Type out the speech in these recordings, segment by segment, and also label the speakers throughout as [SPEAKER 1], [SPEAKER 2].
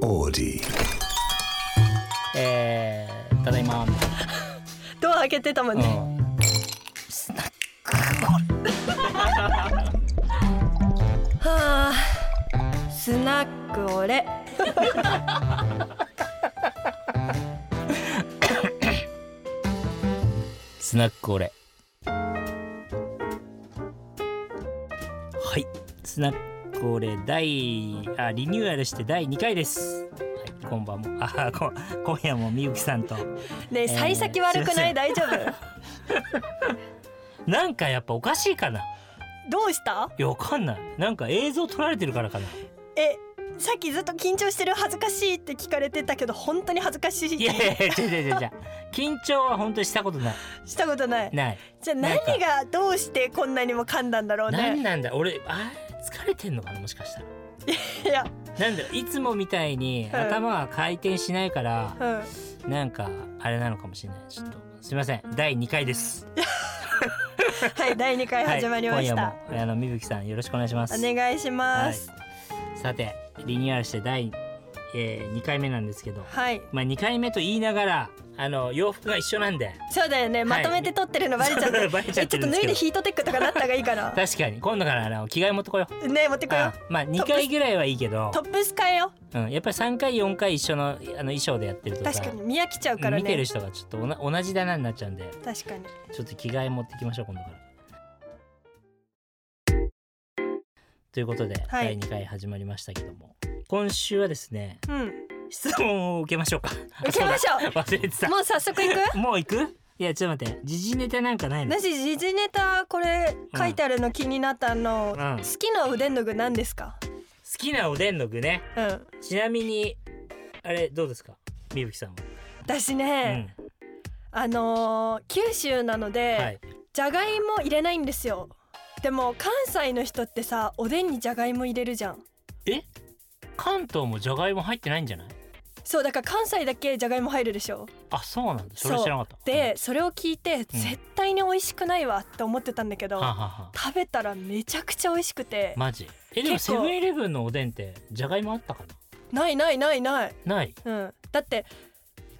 [SPEAKER 1] melody.
[SPEAKER 2] えー、ただいまみたい
[SPEAKER 3] ドア開けてたもん
[SPEAKER 2] な、
[SPEAKER 3] ね、
[SPEAKER 2] うん、
[SPEAKER 3] はあスナックオレ
[SPEAKER 2] スナックオレはいスナックオレ第あリニューアルして第2回です、はい、こんばんもあこ今夜もみゆきさんと
[SPEAKER 3] ねえ
[SPEAKER 2] ー
[SPEAKER 3] 幸先悪
[SPEAKER 2] すい
[SPEAKER 3] くない、
[SPEAKER 2] ません
[SPEAKER 3] 大丈夫
[SPEAKER 2] なんかやっぱおかしいかない
[SPEAKER 3] どうした
[SPEAKER 2] やわかんないなんか映像撮られてるからかな
[SPEAKER 3] えさっきずっと緊張してる恥ずかしいって聞かれてたけど本当に恥ずかしい
[SPEAKER 2] いやいやいや違う違う違う違う緊張は本当にしたことない
[SPEAKER 3] したことない
[SPEAKER 2] ない
[SPEAKER 3] じゃあ
[SPEAKER 2] なん
[SPEAKER 3] 何
[SPEAKER 2] か
[SPEAKER 3] がどうしてこんなにも噛んだんだろう
[SPEAKER 2] なん
[SPEAKER 3] ね
[SPEAKER 2] なんだ俺あ疲れてんのかなもしかしたら
[SPEAKER 3] いや
[SPEAKER 2] なんだろういつもみたいに
[SPEAKER 3] うん
[SPEAKER 2] 頭が回転しないから
[SPEAKER 3] うん
[SPEAKER 2] なんかあれなのかもしれないちょっとすいません第2回です
[SPEAKER 3] はい第2回始まりました、
[SPEAKER 2] はい、今夜もあのみぶきさんよろしくお願いします
[SPEAKER 3] お願いします
[SPEAKER 2] はい、さてリニューアルして第、え2回目なんですけど
[SPEAKER 3] はい、
[SPEAKER 2] まあ2回目と言いながらあの洋服が一緒なんで
[SPEAKER 3] そうだよねまとめて撮ってるのバレちゃっ て、
[SPEAKER 2] バレちゃ
[SPEAKER 3] え
[SPEAKER 2] っ
[SPEAKER 3] ち
[SPEAKER 2] て
[SPEAKER 3] ょっ
[SPEAKER 2] る
[SPEAKER 3] と
[SPEAKER 2] んで
[SPEAKER 3] 脱
[SPEAKER 2] す
[SPEAKER 3] い
[SPEAKER 2] け
[SPEAKER 3] で
[SPEAKER 2] ど
[SPEAKER 3] ヒートテックとかなった方がいいかな
[SPEAKER 2] 確かに今度からあの着替え持ってこよう
[SPEAKER 3] ね持ってこよ
[SPEAKER 2] あまあ2回ぐらいはいいけど
[SPEAKER 3] うトップス変えよ
[SPEAKER 2] うん、やっぱり3回4回一緒のあの衣装でやってると
[SPEAKER 3] う
[SPEAKER 2] さ
[SPEAKER 3] 確かに見飽きちゃうから
[SPEAKER 2] 見てる
[SPEAKER 3] ね
[SPEAKER 2] 人がちょっとおな同じだなになっちゃうんで
[SPEAKER 3] 確かに
[SPEAKER 2] ちょっと着替え持ってきましょう今度から。ということで、
[SPEAKER 3] は
[SPEAKER 2] 第
[SPEAKER 3] い
[SPEAKER 2] 2回始まりましたけども今週はですね
[SPEAKER 3] うん
[SPEAKER 2] 質問を受けましょうか。
[SPEAKER 3] 受けましょう
[SPEAKER 2] そうだ忘れてた。
[SPEAKER 3] もう早速いく
[SPEAKER 2] もう行くいやちょっと待って時事ネタなんかないの
[SPEAKER 3] 私時事ネタこれ書いてあるの気になったの、
[SPEAKER 2] うん
[SPEAKER 3] 好きなおでんの具何ですか
[SPEAKER 2] 好きなおでんの具ね
[SPEAKER 3] うん
[SPEAKER 2] ちなみにあれどうですかみぶきさんは。
[SPEAKER 3] 私ね、
[SPEAKER 2] うん
[SPEAKER 3] あのー九州なので、
[SPEAKER 2] はい、
[SPEAKER 3] じゃがいも入れないんですよでも関西の人ってさおでんにじゃがいも入れるじゃん
[SPEAKER 2] 関東もじゃがいも入ってないんじゃない
[SPEAKER 3] そうだから関西だけじゃがいも入るでしょ
[SPEAKER 2] あそうなんだそれは知らなかった。
[SPEAKER 3] で、それを聞いて絶対に美味しくないわって思ってたんだけ
[SPEAKER 2] う
[SPEAKER 3] ど、
[SPEAKER 2] んはあはあはあ
[SPEAKER 3] 食べたらめちゃくちゃ美味しくて、
[SPEAKER 2] マジえでも
[SPEAKER 3] 結
[SPEAKER 2] セ
[SPEAKER 3] 構
[SPEAKER 2] ブンイレブンのおでんってじゃがいもあったか
[SPEAKER 3] ないないないない
[SPEAKER 2] なない
[SPEAKER 3] うんだって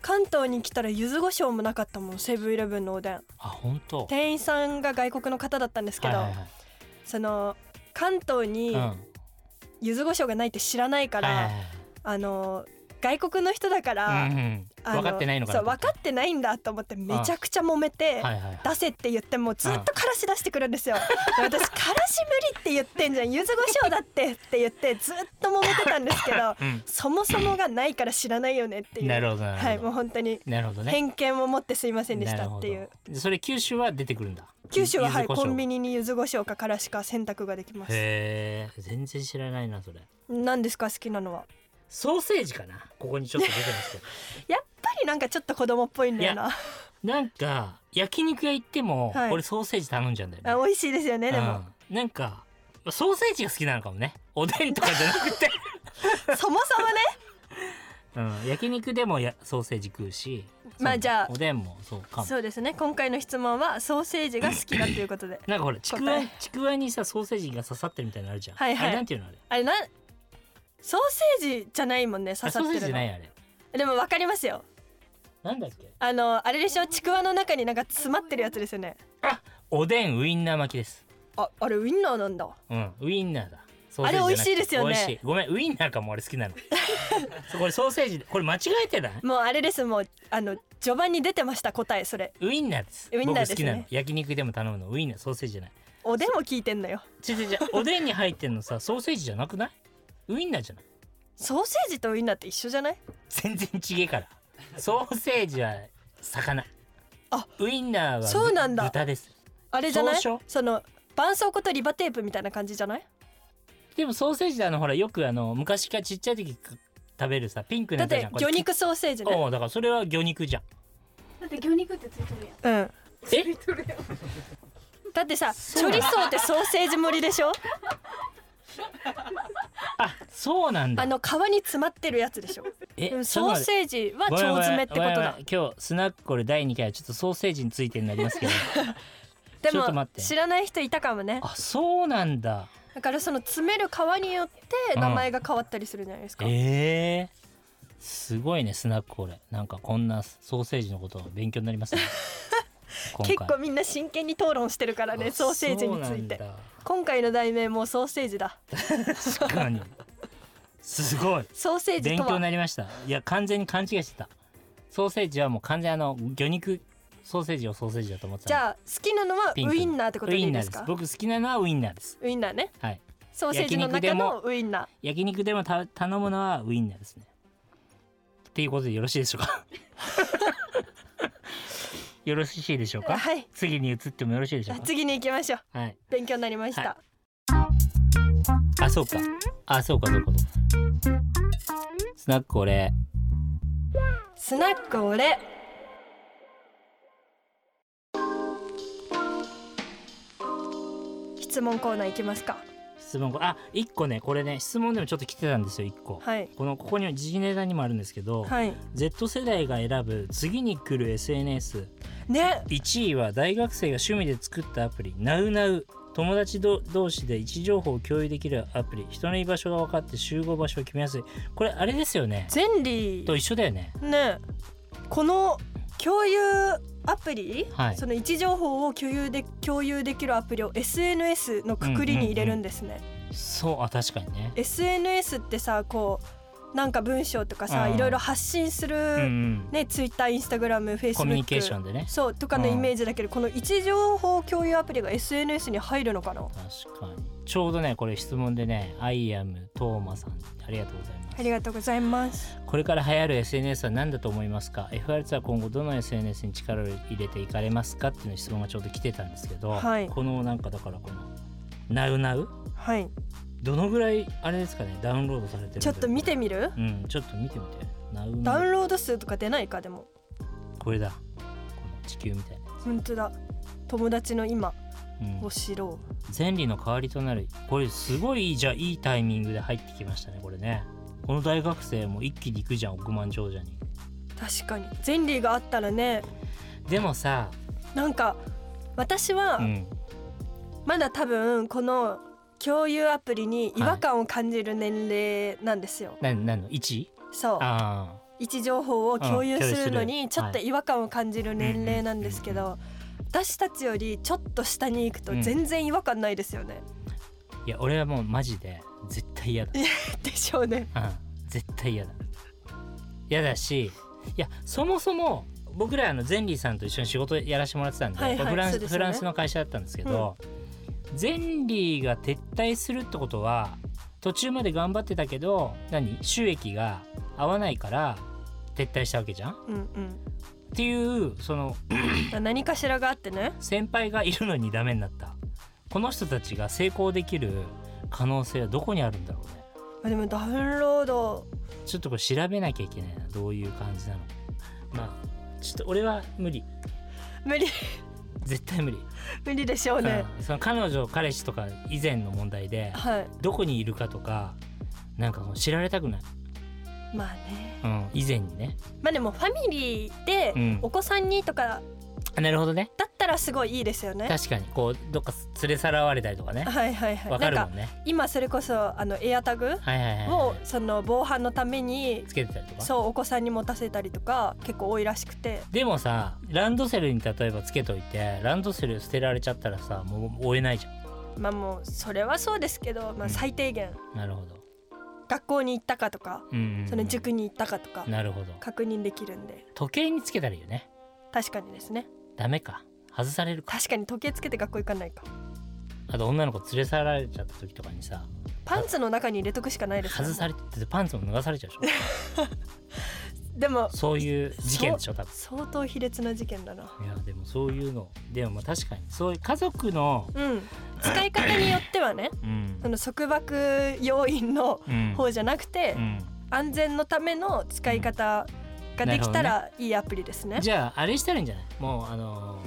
[SPEAKER 3] 関東に来たら柚子胡椒もなかったもんセブンイレブンのおでん
[SPEAKER 2] あ本当
[SPEAKER 3] 店員さんが外国の方だったんですけど、
[SPEAKER 2] はいはいはい
[SPEAKER 3] その関東に
[SPEAKER 2] うん
[SPEAKER 3] 柚子胡椒がないって知らないから、
[SPEAKER 2] はいはい
[SPEAKER 3] あの外国の人だから、
[SPEAKER 2] はいうん
[SPEAKER 3] あ
[SPEAKER 2] 分かってないのかな
[SPEAKER 3] そう分かってないんだと思ってめちゃくちゃ揉めて、
[SPEAKER 2] はいはい
[SPEAKER 3] 出せって言ってもずっとからし出してくるんですよ、で私からし無理って言ってんじゃん柚子胡椒だってって言ってずっと揉めてたんです けど
[SPEAKER 2] うん
[SPEAKER 3] そもそもがないから知らないよねっていう
[SPEAKER 2] なるほどな
[SPEAKER 3] はい
[SPEAKER 2] るほ
[SPEAKER 3] もう
[SPEAKER 2] ど
[SPEAKER 3] 本当に
[SPEAKER 2] なるほどね
[SPEAKER 3] 偏見を持ってすいませんでし
[SPEAKER 2] な
[SPEAKER 3] た
[SPEAKER 2] るほ
[SPEAKER 3] っ
[SPEAKER 2] ど
[SPEAKER 3] ていう
[SPEAKER 2] でそれ九州は出てくるんだ
[SPEAKER 3] 九州ははい
[SPEAKER 2] 柚子胡椒
[SPEAKER 3] コンビニに柚子胡椒かからしか選択ができます
[SPEAKER 2] へえ全然知らないなそれ
[SPEAKER 3] 何ですか好きなのは
[SPEAKER 2] ソーセージかなここにちょっと出てます けど
[SPEAKER 3] やっぱりなんかちょっと子供っぽいんだよな
[SPEAKER 2] なんか焼肉屋行っても
[SPEAKER 3] はい
[SPEAKER 2] 俺ソーセージ頼んじゃうんだよね
[SPEAKER 3] あ美味しいですよねでも、
[SPEAKER 2] うんなんかソーセージが好きなのかもねおでんとかじゃな くて
[SPEAKER 3] そもそもね
[SPEAKER 2] うん、焼肉でもやソーセージ食うし
[SPEAKER 3] まあ
[SPEAKER 2] そう
[SPEAKER 3] じゃあ
[SPEAKER 2] おでんも そうかも
[SPEAKER 3] そうですね今回の質問はソーセージが好きだということで
[SPEAKER 2] なんかほらちくわ
[SPEAKER 3] 答え
[SPEAKER 2] ちくわにさソーセージが刺さってるみたいなのあるじゃん、
[SPEAKER 3] はいはい
[SPEAKER 2] あれなんていうのあれ
[SPEAKER 3] あれなんソーセージじゃないもんね刺さ
[SPEAKER 2] あ
[SPEAKER 3] っ
[SPEAKER 2] ソーセ
[SPEAKER 3] て
[SPEAKER 2] ージ
[SPEAKER 3] る
[SPEAKER 2] じゃ
[SPEAKER 3] の
[SPEAKER 2] ないあれ
[SPEAKER 3] でもわかりますよ
[SPEAKER 2] なんだっけ
[SPEAKER 3] あのあれでしょちくわの中になんか詰まってるやつですよね
[SPEAKER 2] おでんウインナー巻きです
[SPEAKER 3] ああれウインナーなんだ
[SPEAKER 2] うんウインナーだソ
[SPEAKER 3] あれ
[SPEAKER 2] じゃなくて
[SPEAKER 3] 美味しいですよね
[SPEAKER 2] 美味しいごめんウインナーかも俺好きな のそうこれソーセージこれ間違えてない
[SPEAKER 3] もうあれですもうあの序盤に出てました答えそれ
[SPEAKER 2] ウインナーです
[SPEAKER 3] ウインナーですね
[SPEAKER 2] 僕好きなの焼肉でも頼むのウインナーソーセージじゃない
[SPEAKER 3] おでも聞いてんのよ
[SPEAKER 2] 違う違う違うおでんに入ってんのさソーセージじゃなくないウインナーじゃない
[SPEAKER 3] ソーセージとウインナーって一緒じゃない
[SPEAKER 2] 全然違え からソーセージは魚
[SPEAKER 3] あ
[SPEAKER 2] ウインナーは
[SPEAKER 3] そうなんだ
[SPEAKER 2] 豚です
[SPEAKER 3] あれじゃない
[SPEAKER 2] そうでしょ
[SPEAKER 3] その絆創膏とリバテープみたいな感じじゃない
[SPEAKER 2] でもソーセージであのほらよくあの昔からちっちゃい時く食べるさピンクの
[SPEAKER 3] だ
[SPEAKER 2] や
[SPEAKER 3] っ
[SPEAKER 2] つあるじ
[SPEAKER 3] て
[SPEAKER 2] ゃんこれ
[SPEAKER 3] 魚肉ソーセージね
[SPEAKER 2] おうだからそれは魚肉じゃん
[SPEAKER 4] だって魚肉ってついてるやん。
[SPEAKER 3] うん
[SPEAKER 2] え
[SPEAKER 3] だってさチ
[SPEAKER 2] そうな
[SPEAKER 3] ョ
[SPEAKER 2] の
[SPEAKER 3] リソーってソーセージ盛りでしょ
[SPEAKER 2] あそうなんだ
[SPEAKER 3] あの皮に詰まってるやつでしょ
[SPEAKER 2] え
[SPEAKER 3] でもソー
[SPEAKER 2] ージ
[SPEAKER 3] セージは腸詰めってことだ
[SPEAKER 2] 今日スナックこれ第2回はちょっとソーセージについてになりますけ ど
[SPEAKER 3] で
[SPEAKER 2] ちょっと待
[SPEAKER 3] も
[SPEAKER 2] って
[SPEAKER 3] 知らない人いたかもね
[SPEAKER 2] あそうなんだ
[SPEAKER 3] だからその詰める皮によって名前が変わったりするじゃないですか、
[SPEAKER 2] ええすごいねスナックこれなんかこんなソーセージのこと勉強になり ますね今
[SPEAKER 3] 結構みんな真剣に討論してるからねソーセージについて
[SPEAKER 2] そうなんだ
[SPEAKER 3] 今回の題名もソーセージだ
[SPEAKER 2] 確か にすごい
[SPEAKER 3] ソーセージ
[SPEAKER 2] 勉
[SPEAKER 3] と
[SPEAKER 2] 強にな
[SPEAKER 3] は
[SPEAKER 2] りましたいや完全に勘違いしてたソーセージはもう完全にあの魚肉ソーセージをソーセージだと思ってた
[SPEAKER 3] じゃあ好きなのは
[SPEAKER 2] ピンク
[SPEAKER 3] ウインナーってことでいいですか
[SPEAKER 2] ウインナーです僕好きなのはウインナーです
[SPEAKER 3] ウインナーね
[SPEAKER 2] はい
[SPEAKER 3] ソーセージの中のウインナー
[SPEAKER 2] 焼肉でもた頼むのはウインナーですねっていうことでよろしいでしょう かよろしいでしょうか
[SPEAKER 3] はい
[SPEAKER 2] 次に移ってもよろしいでしょう
[SPEAKER 3] あ
[SPEAKER 2] か
[SPEAKER 3] 次に行きましょう
[SPEAKER 2] はい
[SPEAKER 3] 勉強になりました、
[SPEAKER 2] はあそうかあそうかそうかそうかスナック俺
[SPEAKER 3] スナックオレ質問コーナー行きますか
[SPEAKER 2] 質問あ一個ねこれね質問でもちょっと来てたんですよ一個、
[SPEAKER 3] はい
[SPEAKER 2] このここに時事ネタにもあるんですけど、
[SPEAKER 3] はい
[SPEAKER 2] Z 世代が選ぶ次に来る SNS
[SPEAKER 3] ね
[SPEAKER 2] 1位は大学生が趣味で作ったアプリ NowNow 友達ど同士で位置情報を共有できるアプリ人の居場所が分かって集合場所を決めやすいこれあれですよね
[SPEAKER 3] ゼンリ
[SPEAKER 2] と
[SPEAKER 3] ー
[SPEAKER 2] 一緒だよね
[SPEAKER 3] ねこの共有アプリ、
[SPEAKER 2] はい
[SPEAKER 3] その位置情報を共有で共有できるアプリを SNS のくくりに入れるんですね、
[SPEAKER 2] そうあ確かにね
[SPEAKER 3] SNS ってさこうなんか文章とかさ
[SPEAKER 2] うん
[SPEAKER 3] いろいろ発信する、
[SPEAKER 2] うんうん
[SPEAKER 3] ねツイッターインスタグラムフェイスブック
[SPEAKER 2] コミュニケーションでね
[SPEAKER 3] そうとかの
[SPEAKER 2] うん
[SPEAKER 3] イメージだけど、この位置情報共有アプリが SNS に入るのかな
[SPEAKER 2] 確かにちょうどねこれ質問でね「アイアムトーマさんありがとうございます
[SPEAKER 3] ありがとうございます
[SPEAKER 2] これから流行る SNS は何だと思いますか ?FR2 は今後どの SNS に力を入れていかれますかっていう質問がちょうど来てたんですけど、
[SPEAKER 3] はい
[SPEAKER 2] このなんかだからこの「なうなう」
[SPEAKER 3] はい
[SPEAKER 2] どのぐらいあれですかねダウンロードされてるんだろう
[SPEAKER 3] ちょっと見てみる
[SPEAKER 2] うんちょっと見てみてなう
[SPEAKER 3] ダ
[SPEAKER 2] な
[SPEAKER 3] ウ
[SPEAKER 2] う
[SPEAKER 3] ンロード数とか出ないかでも
[SPEAKER 2] これだこの地球みたいなや
[SPEAKER 3] 本当だ友達の今
[SPEAKER 2] つうん
[SPEAKER 3] を知ろう
[SPEAKER 2] 前理の代わりとなるこれすごいじゃあいいタイミングで入ってきましたねこれねこの大学生も一気に行くじゃん億万長者に
[SPEAKER 3] 確かにゼンリーがあったらね
[SPEAKER 2] でもさ、
[SPEAKER 3] なんか私は
[SPEAKER 2] うん、
[SPEAKER 3] まだ多分この共有アプリに違和感を感じる年齢なんですよ、
[SPEAKER 2] なんなんの位置
[SPEAKER 3] そう
[SPEAKER 2] あ
[SPEAKER 3] 位置情報を共有する
[SPEAKER 2] うん
[SPEAKER 3] の
[SPEAKER 2] 共有する
[SPEAKER 3] にちょっと違和感を感じる年齢なんですけ
[SPEAKER 2] うん
[SPEAKER 3] ど私たちよりちょっと下に行くと
[SPEAKER 2] うん
[SPEAKER 3] 全然違和感ないですよね。
[SPEAKER 2] あいや俺はもうマジで絶対嫌だ、
[SPEAKER 3] でしょうね。
[SPEAKER 2] うん、絶対嫌だ嫌だしいやそもそも僕らあのゼンリーさんと一緒に仕事やらせてもらってたんで、
[SPEAKER 3] はいはい
[SPEAKER 2] これフラン
[SPEAKER 3] そ
[SPEAKER 2] ス
[SPEAKER 3] うです
[SPEAKER 2] フ
[SPEAKER 3] よね
[SPEAKER 2] ランスの会社だったんですけど、ゼンリーが撤退するってことは途中まで頑張ってたけど何収益が合わないから撤退したわけじゃんっ
[SPEAKER 3] うんうん
[SPEAKER 2] ていうその
[SPEAKER 3] まあ。何かしらがあってね。
[SPEAKER 2] 先輩がいるのにダメになったこの人たちが成功できる可能性はどこにあるんだろうね
[SPEAKER 3] まあでもダウンロード
[SPEAKER 2] ちょっとこれ調べなきゃいけないなどういう感じなのかまあちょっと俺は無理
[SPEAKER 3] 無理 絶
[SPEAKER 2] 絶対無理、
[SPEAKER 3] 無理でしょうね。
[SPEAKER 2] うんその彼女彼氏とか以前の問題で
[SPEAKER 3] はい。
[SPEAKER 2] どこにいるかとかなんかこう知られたくない、
[SPEAKER 3] まあね。
[SPEAKER 2] うん、以前にね
[SPEAKER 3] まあでもファミリーで
[SPEAKER 2] うん
[SPEAKER 3] お子さんにとか
[SPEAKER 2] あなるほどね
[SPEAKER 3] だったらすごいいいですよね。
[SPEAKER 2] 確かにこうどっか連れさらわれたりとかね
[SPEAKER 3] はいはいは
[SPEAKER 2] わ
[SPEAKER 3] い。な
[SPEAKER 2] か
[SPEAKER 3] ん
[SPEAKER 2] るも
[SPEAKER 3] か
[SPEAKER 2] んね
[SPEAKER 3] 今それこそあのエアタグ
[SPEAKER 2] はいはいはい、
[SPEAKER 3] を
[SPEAKER 2] は
[SPEAKER 3] その防犯のために
[SPEAKER 2] い、つけてたりとか
[SPEAKER 3] そうお子さんに持たせたりとか結構多いらしくて
[SPEAKER 2] でもさランドセルに例えばつけといてランドセル捨てられちゃったらさもう追えないじゃ
[SPEAKER 3] まあもうそれはそうですけど、ま
[SPEAKER 2] うん
[SPEAKER 3] あ、最低限、
[SPEAKER 2] んなるほど、
[SPEAKER 3] 学校に行ったかとか
[SPEAKER 2] うんうん
[SPEAKER 3] その塾に行ったかとか
[SPEAKER 2] なるほど
[SPEAKER 3] 確認できるんで
[SPEAKER 2] 時計につけたらいいよね
[SPEAKER 3] 確かにですね
[SPEAKER 2] ダメか外されるか
[SPEAKER 3] 確かに時計つけて学校行かないか
[SPEAKER 2] あと女の子連れ去られちゃった時とかにさ
[SPEAKER 3] パンツの中に入れとくしかないですよね
[SPEAKER 2] 外されててパンツも脱がされちゃうでし
[SPEAKER 3] でも
[SPEAKER 2] ょそういう事件でしょ多分
[SPEAKER 3] 相当卑劣な事件だない
[SPEAKER 2] やでもそういうのでもまあ確かにそういう家族の
[SPEAKER 3] うん使い方によっ てはね
[SPEAKER 2] うん
[SPEAKER 3] その束縛要因の
[SPEAKER 2] うん
[SPEAKER 3] 方じゃなくて、
[SPEAKER 2] うん
[SPEAKER 3] 安全のための使い方ができたらいいアプリですね
[SPEAKER 2] じゃああれしたらいいんじゃないもうあの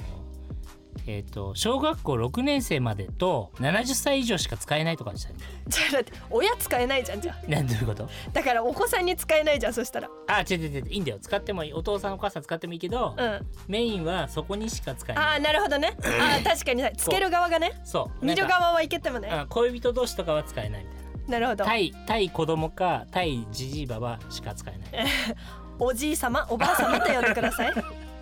[SPEAKER 2] ーえっ、と小学校6年生までと70歳以上しか使えないとかにしたらいいんじゃない
[SPEAKER 3] じゃあだって親使えないじゃんじゃあ
[SPEAKER 2] なんどういうこと
[SPEAKER 3] だからお子さんに使えないじゃんそしたら
[SPEAKER 2] あ違う違う違ういいんだよ使ってもいいお父さんお母さん使ってもいいけど、
[SPEAKER 3] うん
[SPEAKER 2] メインはそこにしか使えない
[SPEAKER 3] ああなるほどねああ確かにつける側がね
[SPEAKER 2] そう
[SPEAKER 3] 見る
[SPEAKER 2] なんか
[SPEAKER 3] 側はいけてもね
[SPEAKER 2] あ恋人同士とかは使えないみたいな
[SPEAKER 3] なるほど
[SPEAKER 2] 対対子供か対じじいばばしか使えない
[SPEAKER 3] おじい様おばあ様と呼んでく ださい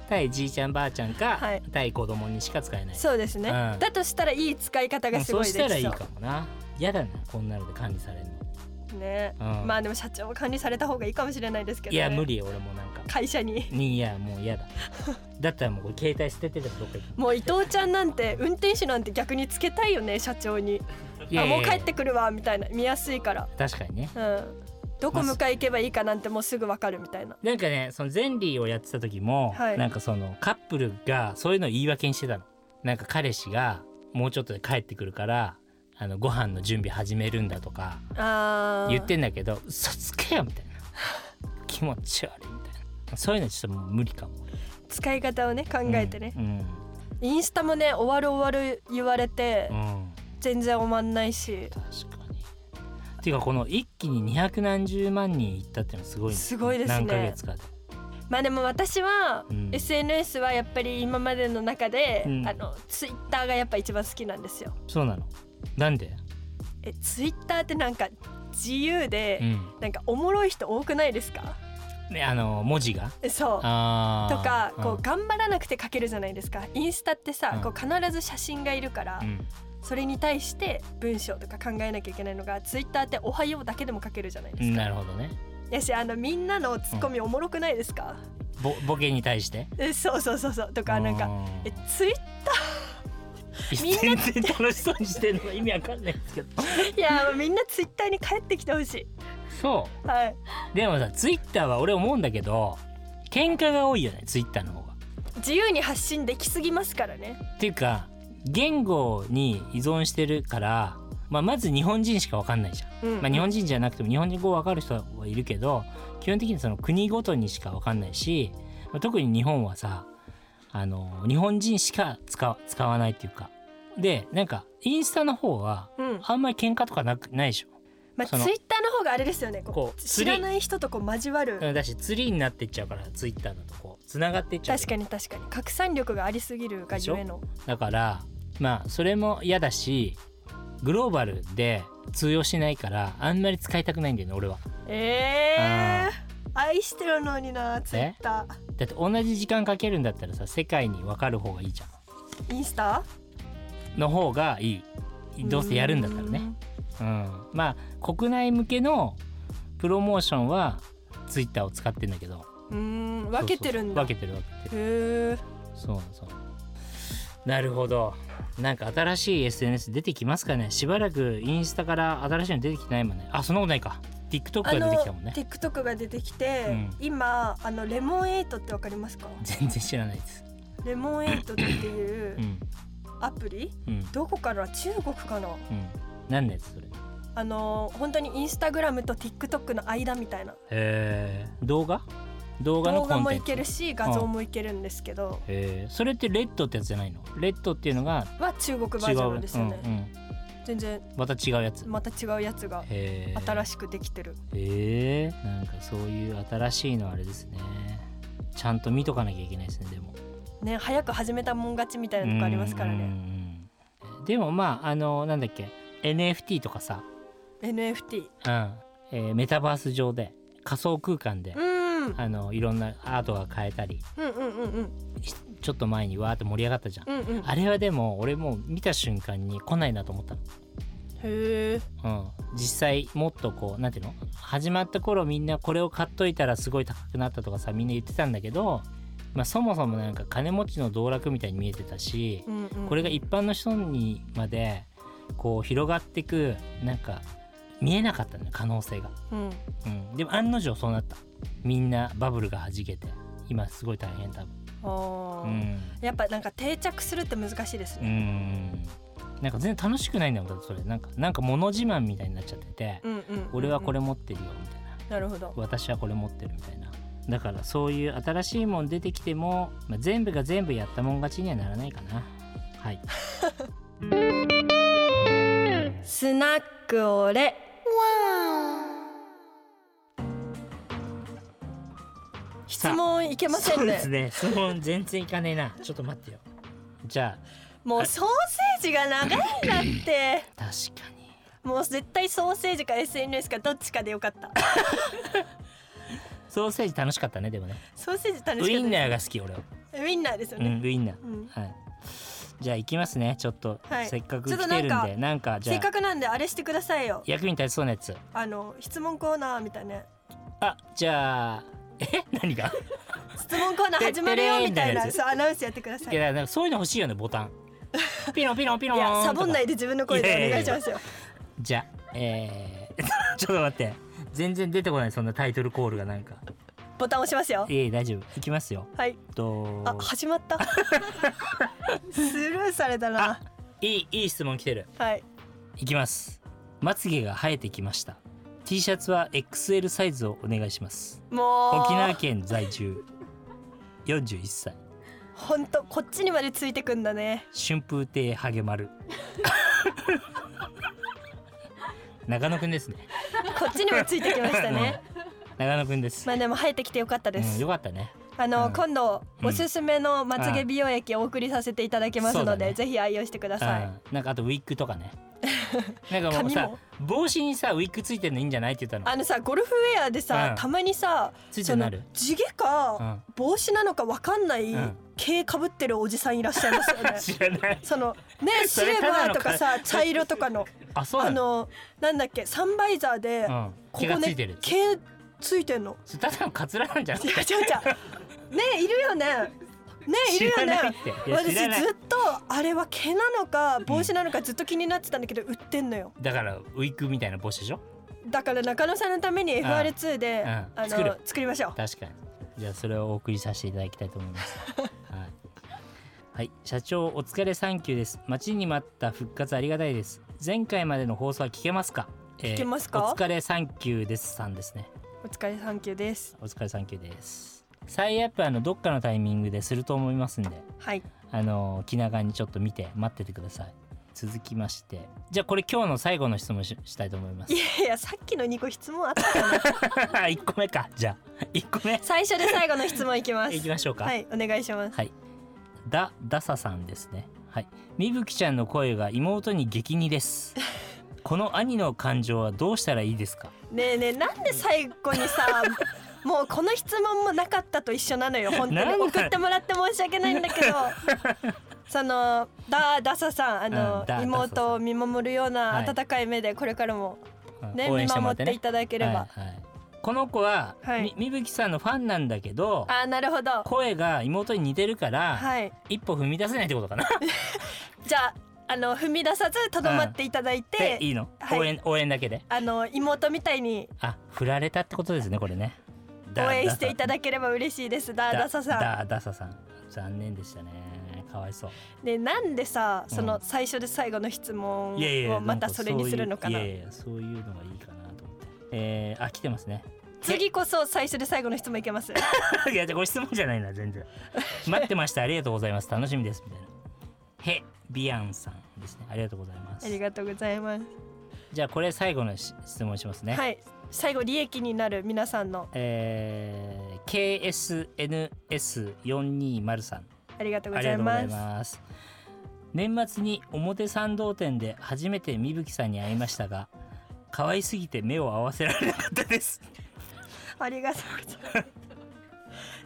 [SPEAKER 2] 対じいちゃんばあちゃんか、
[SPEAKER 3] はい
[SPEAKER 2] 対子供にしか使えない
[SPEAKER 3] そうですね、
[SPEAKER 2] うん
[SPEAKER 3] だとしたらいい使い方
[SPEAKER 2] ま
[SPEAKER 3] が
[SPEAKER 2] あ
[SPEAKER 3] す
[SPEAKER 2] そ
[SPEAKER 3] ご
[SPEAKER 2] う
[SPEAKER 3] いで
[SPEAKER 2] し
[SPEAKER 3] きそ
[SPEAKER 2] た
[SPEAKER 3] う
[SPEAKER 2] らいいかもな嫌だなこんなので管理されるの、
[SPEAKER 3] ね、
[SPEAKER 2] うん
[SPEAKER 3] まあでも社長は管理された方がいいかもしれないですけど、
[SPEAKER 2] い
[SPEAKER 3] ね、
[SPEAKER 2] や無理よ俺もなんか
[SPEAKER 3] 会社に
[SPEAKER 2] にいやもう嫌 だだったらもうこれ携帯捨ててでもどっか行
[SPEAKER 3] もう伊藤ちゃんなんて運転手なんて逆につけたいよね社長に
[SPEAKER 2] くいやいやいや
[SPEAKER 3] あもう帰ってくるわみたいな見やすいから
[SPEAKER 2] 確かにね
[SPEAKER 3] うんどこ向かい行けばいいかなんてもうすぐわかるみたいな
[SPEAKER 2] なんかねそのゼンリーをやってた時も、
[SPEAKER 3] はい
[SPEAKER 2] なんかそのカップルがそういうのを言い訳にしてたのなんか彼氏がもうちょっとで帰ってくるからあのご飯の準備始めるんだとか
[SPEAKER 3] あー
[SPEAKER 2] 言ってんだけど嘘つけよみたいな気持ち悪いみたいなそういうのちょっともう無理かも
[SPEAKER 3] 使い方をね考えてね、
[SPEAKER 2] うん
[SPEAKER 3] インスタもね終わる終わる言われて
[SPEAKER 2] うん、うん
[SPEAKER 3] 全然終わんないし
[SPEAKER 2] 確かにっていうかこの一気に二百何十万人いったっていうのはすごいね
[SPEAKER 3] すごいですね
[SPEAKER 2] 何ヶ月かで
[SPEAKER 3] まあでも私は、
[SPEAKER 2] うん
[SPEAKER 3] SNS はやっぱり今までの中で、
[SPEAKER 2] うん
[SPEAKER 3] あのツイッターがやっぱ一番好きなんですよ
[SPEAKER 2] そうなのなんで
[SPEAKER 3] えツイッターってなんか自由で、
[SPEAKER 2] うん
[SPEAKER 3] なんかおもろい人多くないですか
[SPEAKER 2] ねあの文字が
[SPEAKER 3] えそう
[SPEAKER 2] あー
[SPEAKER 3] とかこ
[SPEAKER 2] う
[SPEAKER 3] う頑張らなくて書けるじゃないですかインスタって
[SPEAKER 2] う
[SPEAKER 3] さ
[SPEAKER 2] ん
[SPEAKER 3] こう必ず写真がいるから
[SPEAKER 2] んうん
[SPEAKER 3] それに対して文章とか考えなきゃいけないのがツイッターって「おはよう」だけでも書けるじゃないですか。
[SPEAKER 2] なるほどね
[SPEAKER 3] やしあのみんなのツッコミおもろくないですか、
[SPEAKER 2] ボボケに対して
[SPEAKER 3] えそうそうそうそうとかなんかえツイ ッ
[SPEAKER 2] え
[SPEAKER 3] みんな
[SPEAKER 2] 全然楽しそうにしてるのが意味わかんないですけど
[SPEAKER 3] いやみんなツイッターに帰ってきてほし
[SPEAKER 2] そ
[SPEAKER 3] い。はいう
[SPEAKER 2] でもさツイッターは俺思うんだけど喧嘩が多いよねツイッターの方が
[SPEAKER 3] 自由に発信できすぎますからね。
[SPEAKER 2] っていうか言語に依存してるから、まあ、まず日本人しかわかんないじゃん、
[SPEAKER 3] うん
[SPEAKER 2] まあ、日本人じゃなくても日本人語わかる人はいるけど基本的にその国ごとにしかわかんないしまあ特に日本はさあの日本人しか使わ使わないっていうかでなんかインスタの方は
[SPEAKER 3] うん
[SPEAKER 2] あんまり喧嘩とかなくないでしょ
[SPEAKER 3] まあ、ツ
[SPEAKER 2] その
[SPEAKER 3] イッターの方があれですよねこ
[SPEAKER 2] こ
[SPEAKER 3] う
[SPEAKER 2] う
[SPEAKER 3] 知らない人とこう交わる
[SPEAKER 2] だしツリーになってっちゃうからツイッターだとこうつながってっちゃう
[SPEAKER 3] 確かに確かに拡散力がありすぎるがゆえの
[SPEAKER 2] だからまあそれも嫌だしグローバルで通用しないからあんまり使いたくないんだよね俺は
[SPEAKER 3] ええ愛してるのになツイッ
[SPEAKER 2] だ
[SPEAKER 3] タ
[SPEAKER 2] って同じ時間かけるんだったらさ世界に分かる方がいいじゃ
[SPEAKER 3] ーインスタ
[SPEAKER 2] んの方がいいどうせやるんだったらねうんまあ国内向けのプロモーションはツイッターを使ってんだけど
[SPEAKER 3] うーん分けてるんだ
[SPEAKER 2] そうそう分けてる分けてる
[SPEAKER 3] へえ
[SPEAKER 2] そうなのそうなのなるほどなんか新しい SNS 出てきますかねしばらくインスタから新しいの出てきてないもんねあそんなことないか TikTok
[SPEAKER 3] あ
[SPEAKER 2] が出
[SPEAKER 3] の
[SPEAKER 2] てきたもんね
[SPEAKER 3] TikTok が出てきて、
[SPEAKER 2] うん
[SPEAKER 3] 今あのレモンエイトってわかりますか
[SPEAKER 2] 全然知らないです
[SPEAKER 3] レモンエイトっていううんアプリ、
[SPEAKER 2] うん
[SPEAKER 3] どこから中国かな
[SPEAKER 2] うん何のやつそれへ
[SPEAKER 3] あの本当にインスタグラムと TikTok の間みたいな
[SPEAKER 2] え動画動画の
[SPEAKER 3] 動
[SPEAKER 2] コ
[SPEAKER 3] 画
[SPEAKER 2] ン
[SPEAKER 3] も
[SPEAKER 2] テ
[SPEAKER 3] い
[SPEAKER 2] ンツ
[SPEAKER 3] けるし画像もいけるんですけど、
[SPEAKER 2] えー、それってレッドってやつじゃないのレッドっていうのが
[SPEAKER 3] は中国バー
[SPEAKER 2] 違
[SPEAKER 3] ジョ
[SPEAKER 2] う
[SPEAKER 3] ンですよね、
[SPEAKER 2] うんうん、
[SPEAKER 3] 全然
[SPEAKER 2] また違うやつ、
[SPEAKER 3] また違うやつが
[SPEAKER 2] へえ
[SPEAKER 3] 新
[SPEAKER 2] い
[SPEAKER 3] しくできてる、
[SPEAKER 2] えー、なんかそういう新しいのあれですねちゃんと見とかなきゃいけないですねでも
[SPEAKER 3] ね早く始めたもん勝ちみたいなとこありますから
[SPEAKER 2] うん
[SPEAKER 3] ね
[SPEAKER 2] うんうんでもまああのなんだっけ NFT とかさ、
[SPEAKER 3] NFT
[SPEAKER 2] うんえーメタバース上で仮想空間で、
[SPEAKER 3] うんうん
[SPEAKER 2] あのいろんなアートが変えたり
[SPEAKER 3] うんうんうん
[SPEAKER 2] ちょっと前にわーって盛り上がったじゃん、
[SPEAKER 3] うんうんへ
[SPEAKER 2] あれはでも俺もう見た瞬間に来ないなと思った
[SPEAKER 3] え
[SPEAKER 2] の、うん、実際もっとこうなんていうの始まった頃みんなこれを買っといたらすごい高くなったとかさみんな言ってたんだけど、まあ、そもそもなんか金持ちの道楽みたいに見えてたし、
[SPEAKER 3] うんうん
[SPEAKER 2] これが一般の人にまでこう広がってくなんか見えなかったね可能性が、
[SPEAKER 3] うん
[SPEAKER 2] うん、でも案の定そうなったみんなバブルがはじけて今すごい大変多
[SPEAKER 3] あー
[SPEAKER 2] 分うん
[SPEAKER 3] やっぱなんか定着するって難しいです
[SPEAKER 2] う
[SPEAKER 3] ね
[SPEAKER 2] んなんか全然楽しくないんだもんだってそれなんかなんか物自慢みたいになっちゃってて、
[SPEAKER 3] うんうんうんうん
[SPEAKER 2] 俺はこれ持ってるよみたいな
[SPEAKER 3] なるほど
[SPEAKER 2] 私はこれ持ってるみたいなだからそういう新しいもん出てきても、まあ、全部が全部やったもん勝ちにはならないかなはい
[SPEAKER 3] スナックオレ質問いけませ
[SPEAKER 2] そ
[SPEAKER 3] ん
[SPEAKER 2] う
[SPEAKER 3] ね
[SPEAKER 2] ですね質問全然いかねえなちょっと待ってよじゃ
[SPEAKER 3] もうソーセージが長いんだって
[SPEAKER 2] あ確かに
[SPEAKER 3] もう絶対ソーセージか SNS かどっちかでよかった
[SPEAKER 2] ソーセージ楽しかったねでもね
[SPEAKER 3] ソーセージ楽
[SPEAKER 2] ウ
[SPEAKER 3] し
[SPEAKER 2] イ
[SPEAKER 3] か
[SPEAKER 2] ン
[SPEAKER 3] っ
[SPEAKER 2] ナーが好き俺は、
[SPEAKER 3] たウインナーですよ
[SPEAKER 2] うん、
[SPEAKER 3] ね、
[SPEAKER 2] ウインナー、
[SPEAKER 3] うん
[SPEAKER 2] はいじゃあ行きますねちょっと、
[SPEAKER 3] はい
[SPEAKER 2] せっかく
[SPEAKER 3] ちょっ
[SPEAKER 2] 来
[SPEAKER 3] と
[SPEAKER 2] て
[SPEAKER 3] な
[SPEAKER 2] るん
[SPEAKER 3] ん
[SPEAKER 2] で
[SPEAKER 3] か
[SPEAKER 2] なんかじ
[SPEAKER 3] せ
[SPEAKER 2] ゃ
[SPEAKER 3] っ
[SPEAKER 2] あ
[SPEAKER 3] かくなんであれしてくださいよ
[SPEAKER 2] 役に立ちそうなやつ
[SPEAKER 3] あの質問コーナーみたいな
[SPEAKER 2] あじゃあえ何が
[SPEAKER 3] 質問コーナー始まるよみた
[SPEAKER 2] てってれーみた
[SPEAKER 3] い
[SPEAKER 2] いなや
[SPEAKER 3] な
[SPEAKER 2] つ
[SPEAKER 3] そうアナウンスやってくださ
[SPEAKER 2] い
[SPEAKER 3] いい
[SPEAKER 2] やなんかそういうの欲しいよねボタンピロンピロンピロン
[SPEAKER 3] やサボんないいで自分の声でお願いしますよ
[SPEAKER 2] じゃあえー、 ちょっと待って全然出てこないそんなタイトルコールがなんか
[SPEAKER 3] ボタン押しますよ
[SPEAKER 2] いえいえ大丈夫いきますよ
[SPEAKER 3] はい
[SPEAKER 2] と
[SPEAKER 3] あ始まった スルーされたない
[SPEAKER 2] いいい質問来てる
[SPEAKER 3] はい
[SPEAKER 2] いきますまつげが生えてきました T シャツは XL サイズをお願いします
[SPEAKER 3] もう
[SPEAKER 2] 沖縄県在住41歳
[SPEAKER 3] ほんとこっちにまでついてくん だね
[SPEAKER 2] 春風亭ハゲマル 長野くんですね
[SPEAKER 3] こっちにもついてきましたね
[SPEAKER 2] 長野くんです、
[SPEAKER 3] まあでも生えてきてよかったで
[SPEAKER 2] うん、
[SPEAKER 3] す、
[SPEAKER 2] よかったね
[SPEAKER 3] あの、
[SPEAKER 2] うん
[SPEAKER 3] 今度
[SPEAKER 2] うん
[SPEAKER 3] おすすめのまつげ美容液をお送りさせていただきます
[SPEAKER 2] そ
[SPEAKER 3] の
[SPEAKER 2] うだ
[SPEAKER 3] で、
[SPEAKER 2] ね
[SPEAKER 3] ぜひ愛用してください、
[SPEAKER 2] うん、なんかあとウィッグとか ねなんかもうさ
[SPEAKER 3] 髪も
[SPEAKER 2] 帽子にさウィッグついてるのいいんじゃないって言ったの
[SPEAKER 3] あのさゴルフウェアでさ、
[SPEAKER 2] うん
[SPEAKER 3] たまにさ
[SPEAKER 2] ついてなる
[SPEAKER 3] その地毛か、
[SPEAKER 2] うん
[SPEAKER 3] 帽子なのかわかんない
[SPEAKER 2] うん
[SPEAKER 3] 毛かぶってるおじさんいらっしゃいますよ ね
[SPEAKER 2] 知らない
[SPEAKER 3] そのね
[SPEAKER 2] そ
[SPEAKER 3] シ
[SPEAKER 2] れ
[SPEAKER 3] ル
[SPEAKER 2] ただ
[SPEAKER 3] バ
[SPEAKER 2] の
[SPEAKER 3] ーとかさ茶色とかの
[SPEAKER 2] あそう
[SPEAKER 3] あ
[SPEAKER 2] なの
[SPEAKER 3] のなんだっけサンバイザーで、
[SPEAKER 2] うん、毛がついてる
[SPEAKER 3] 毛ついてんの
[SPEAKER 2] それただのカツラなんじゃない
[SPEAKER 3] 違う違う違うねいるよねねいるよ
[SPEAKER 2] 知らない
[SPEAKER 3] ね
[SPEAKER 2] っていや
[SPEAKER 3] 私
[SPEAKER 2] 知らない
[SPEAKER 3] ずっとあれは毛なのか帽子なのかずっと気になってたんだけど売ってんのよ
[SPEAKER 2] だからウィッグみたいな帽子でしょ
[SPEAKER 3] だから中野さんのために FR2 で、
[SPEAKER 2] うん
[SPEAKER 3] あの
[SPEAKER 2] 作る
[SPEAKER 3] 作りましょう
[SPEAKER 2] 確かにじゃあそれをお送りさせていただきたいと思い ます、はい、はい、社長お疲れサンキューです待ちに待った復活ありがたいです前回までの放送は聞けますか、え
[SPEAKER 3] 聞けますか
[SPEAKER 2] お疲れサンキューですさんですね
[SPEAKER 3] お疲れサンキューです
[SPEAKER 2] お疲れサンキューです再アップあのどっかのタイミングですると思いますんで
[SPEAKER 3] はい
[SPEAKER 2] あの気長にちょっと見て待っててください続きましてじゃあこれ今日の最後の質問ししたいと思います
[SPEAKER 3] いやいやさっきの2個質問あったかな
[SPEAKER 2] 一個目かじゃあ一個目
[SPEAKER 3] 最初で最後の質問いきま す
[SPEAKER 2] いきましょうか、
[SPEAKER 3] はいお願いします
[SPEAKER 2] だダサさんですねはいみぶきちゃんの声が妹に激似です この兄の感情はどうしたらいいですか
[SPEAKER 3] ねえねえなんで最後に さもうこの質問もなかったと一緒なのよ本当
[SPEAKER 2] なん
[SPEAKER 3] に
[SPEAKER 2] だよ
[SPEAKER 3] 送ってもらって申し訳ないんだけ どそのダダサさんあ
[SPEAKER 2] うん
[SPEAKER 3] の、
[SPEAKER 2] ダダサさ
[SPEAKER 3] 妹を見守るような
[SPEAKER 2] はい
[SPEAKER 3] 温かい目でこれからもね,、
[SPEAKER 2] 応援
[SPEAKER 3] 見
[SPEAKER 2] してもら
[SPEAKER 3] 守
[SPEAKER 2] っ
[SPEAKER 3] ってて
[SPEAKER 2] ね
[SPEAKER 3] いただければ、
[SPEAKER 2] はいはいこの子は、
[SPEAKER 3] はい
[SPEAKER 2] みみぶきさんのファンなんだけど
[SPEAKER 3] あーなるほど
[SPEAKER 2] 声が妹に似てるから、
[SPEAKER 3] はい
[SPEAKER 2] 一歩踏み出せないってことかな
[SPEAKER 3] じゃああの踏み出さずとどまっていただい
[SPEAKER 2] で、
[SPEAKER 3] て
[SPEAKER 2] いいの、
[SPEAKER 3] はい
[SPEAKER 2] 応援応援だけで
[SPEAKER 3] あの妹みたいに
[SPEAKER 2] あ振られたってことですねこれね
[SPEAKER 3] 応援していただ
[SPEAKER 2] き
[SPEAKER 3] ければ嬉しいですダダサさん
[SPEAKER 2] ダダサさん残念でしたねかわいそう
[SPEAKER 3] ねなんでさそ
[SPEAKER 2] うん
[SPEAKER 3] の最初で最後の質問
[SPEAKER 2] いやいや
[SPEAKER 3] を またそれにするのかな,、
[SPEAKER 2] んそういういやいやそういうのがいいかなと思ってえー、あ来てますね
[SPEAKER 3] 次こそ最初で最後の質問いけます
[SPEAKER 2] いやじゃあご質問じゃないな全然待ってましたありがとうございます楽しみですみたいなへビアンさんですねありがとうございます
[SPEAKER 3] ありがとうございます、
[SPEAKER 2] じゃあこれ最後のし質問しますね
[SPEAKER 3] はい最後利益になる皆さんの
[SPEAKER 2] えー、KSNS420 さん
[SPEAKER 3] ありがとうご
[SPEAKER 2] ありが
[SPEAKER 3] ざい
[SPEAKER 2] とうござい
[SPEAKER 3] ます
[SPEAKER 2] ます。年末に表参道店で初めてみぶきさんに会いましたが、可愛すぎて目を合わせられなかったです。
[SPEAKER 3] ありがとうございます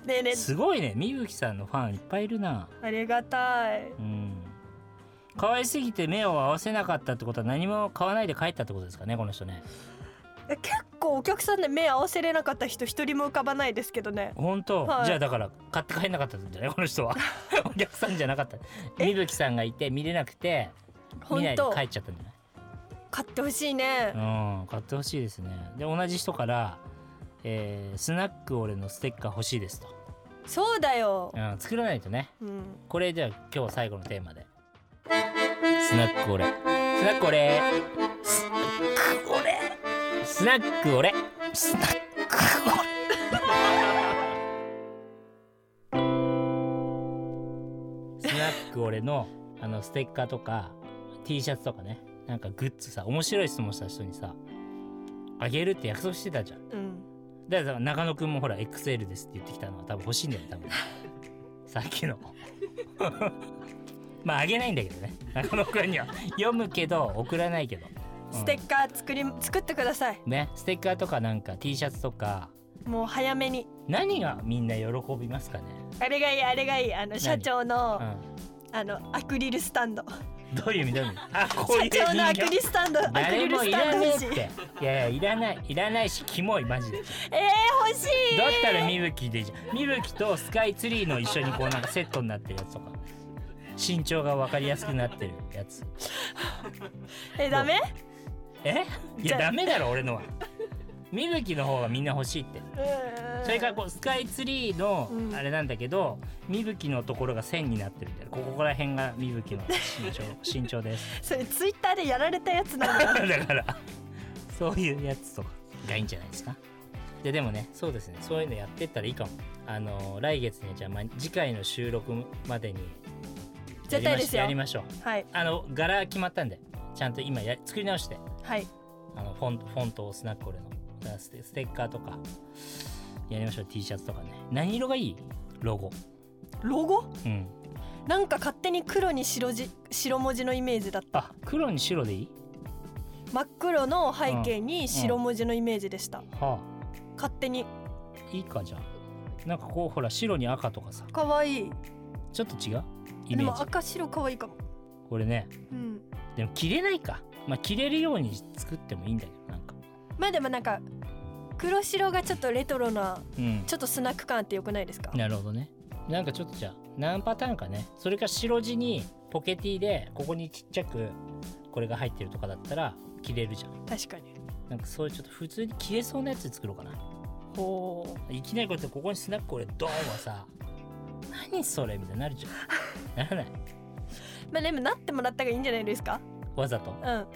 [SPEAKER 3] ねえね
[SPEAKER 2] すごいね、みぶきさんのファンいっぱいいるな。
[SPEAKER 3] えありがたい
[SPEAKER 2] うん。可愛すぎて目を合わせなかったってことは何も買わないで帰ったってことですかね、この人ね。
[SPEAKER 3] え結構お客さんで目合わせれなかった人一人も浮かばないですけどね
[SPEAKER 2] 本当、
[SPEAKER 3] はい
[SPEAKER 2] じゃあだから買って帰んなかったんじゃないこの 人は。お客さんじゃなかった。みぶきさんがいて見れなくて、見
[SPEAKER 3] 本
[SPEAKER 2] ないで
[SPEAKER 3] 当
[SPEAKER 2] 帰っちゃったんじゃない
[SPEAKER 3] 買ってほしいね、
[SPEAKER 2] うん、買ってほしいですね。で、同じ人から、えースナック俺のステッカー欲しいですと。
[SPEAKER 3] そうだよ
[SPEAKER 2] う、ん、作らないとね。
[SPEAKER 3] うん、
[SPEAKER 2] これじゃあ今日最後のテーマで。スナック俺。スナック俺。スナック俺。スナック俺。スナック俺。スナック俺のあのステッカーとか T シャツとかねなんかグッズさ面白い質問した人にさあげるって約束してたじゃん
[SPEAKER 3] うん
[SPEAKER 2] だからさ中野くんもほら XL ですって言ってきたのは多分欲しいんだよ多 分さっきの まああげないんだけどね中野くんには読むけど送らないけど
[SPEAKER 3] ステッカー作り作ってください
[SPEAKER 2] ねステッカーとかなんか T シャツとか
[SPEAKER 3] もう早めに
[SPEAKER 2] 何がみんな喜びますかね、
[SPEAKER 3] あれがいいあれがいいあの社長の、
[SPEAKER 2] う
[SPEAKER 3] あのアクリルスタンド
[SPEAKER 2] ん、どういう意味どういう意味 あこういう
[SPEAKER 3] 社
[SPEAKER 2] 人
[SPEAKER 3] 長のアクリ
[SPEAKER 2] 形
[SPEAKER 3] ルスタンドアクリ
[SPEAKER 2] 誰
[SPEAKER 3] ル
[SPEAKER 2] もい
[SPEAKER 3] ス
[SPEAKER 2] ら
[SPEAKER 3] タン
[SPEAKER 2] ねえ
[SPEAKER 3] ド
[SPEAKER 2] っ
[SPEAKER 3] 欲してい
[SPEAKER 2] いやいやいらないいらないしキモいマジで
[SPEAKER 3] えー、欲しい
[SPEAKER 2] だったらみぶきでいいじゃんみぶきとスカイツリーの一緒にこうなんかセットになってるやつとか身長が分かりやすくなってるやつ
[SPEAKER 3] えダメ
[SPEAKER 2] えい
[SPEAKER 3] じゃ
[SPEAKER 2] や
[SPEAKER 3] あ
[SPEAKER 2] ダメだろ俺のはみぶきの方がみんな欲しいってそれからこうスカイツリーの
[SPEAKER 3] うん
[SPEAKER 2] あれなんだけど、みぶきのところが線になってるみたいなここら辺がみぶきの身 長身長です
[SPEAKER 3] それツイッターでやられたやつな のよ
[SPEAKER 2] だからそういうやつとかがいいんじゃないですかででもねそうですねそういうのやってったらいいかもあの来月ねじゃあ、ま、次回の収録までにや
[SPEAKER 3] 絶
[SPEAKER 2] りま
[SPEAKER 3] 対
[SPEAKER 2] し
[SPEAKER 3] ですよ
[SPEAKER 2] やりましょう
[SPEAKER 3] はい
[SPEAKER 2] あの柄決まったんでちゃんと今や作り直して
[SPEAKER 3] はい
[SPEAKER 2] あのフォントフォントをスナック俺のだからステステッカーとかやりましょう T シャツとかね何色がいいロゴ
[SPEAKER 3] ロゴ
[SPEAKER 2] うん
[SPEAKER 3] なんか勝手に黒に白字白文字のイメージだった
[SPEAKER 2] あ黒に白でいい
[SPEAKER 3] 真っ黒の背景に白文字のイメージでした、
[SPEAKER 2] は
[SPEAKER 3] 勝手に
[SPEAKER 2] あいいかじゃあなんかこうほら白に赤とかさ
[SPEAKER 3] 可愛い
[SPEAKER 2] ちょっと違うイ
[SPEAKER 3] で
[SPEAKER 2] メ
[SPEAKER 3] も
[SPEAKER 2] ージ
[SPEAKER 3] 赤白可愛いかも
[SPEAKER 2] これね
[SPEAKER 3] うん
[SPEAKER 2] でも着れないかまあ着れるように作ってもいいんだけどなんか
[SPEAKER 3] まあでもなんか黒白がちょっとレトロな
[SPEAKER 2] うん
[SPEAKER 3] ちょっとスナック感って良くないですか、
[SPEAKER 2] なるほどねなんかちょっとじゃあ何パターンかねそれか白地にポケティでここにちっちゃくこれが入ってるとかだったら着れるじゃん
[SPEAKER 3] 確かに
[SPEAKER 2] なんかそういうちょっと普通に着れそうなやつ作ろうかな
[SPEAKER 3] ほ
[SPEAKER 2] いきなりこうやってここにスナック俺ドーンはさ何それみたいになるじゃんならないう
[SPEAKER 3] まあでもなってもらった方がいいんじゃないですか
[SPEAKER 2] わざとこ
[SPEAKER 3] うん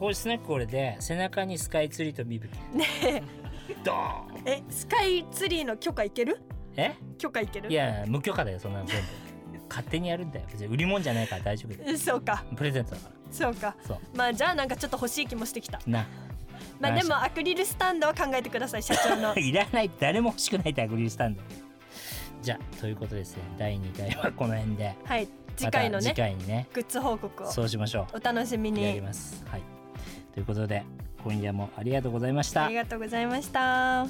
[SPEAKER 2] こにスナック俺で背中にスカイツリーとビブキ
[SPEAKER 3] ね え
[SPEAKER 2] ドーン
[SPEAKER 3] えスカイツリーの許可いける
[SPEAKER 2] え
[SPEAKER 3] 許可いける
[SPEAKER 2] いや無許可だよそんなの全部勝手にやるんだよ別に売り物じゃないから大丈夫だよ
[SPEAKER 3] うんそうか
[SPEAKER 2] プレゼントだか
[SPEAKER 3] そうから
[SPEAKER 2] そ
[SPEAKER 3] まあじゃあなんかちょっと欲しい気もしてきた
[SPEAKER 2] うな
[SPEAKER 3] ま
[SPEAKER 2] マ
[SPEAKER 3] あで
[SPEAKER 2] ジ
[SPEAKER 3] もアクリルスタンドは考えてください社長の
[SPEAKER 2] いらない誰も欲しくないってアクリルスタンドじゃあということですね第2回はこの辺で
[SPEAKER 3] はい次回の
[SPEAKER 2] また
[SPEAKER 3] ね
[SPEAKER 2] 次回にね
[SPEAKER 3] グッズ報告を
[SPEAKER 2] そうしましょう
[SPEAKER 3] お楽しみ
[SPEAKER 2] やり
[SPEAKER 3] に
[SPEAKER 2] ます。はい。ということで、今夜もありがとうございました
[SPEAKER 3] あり。がとうございました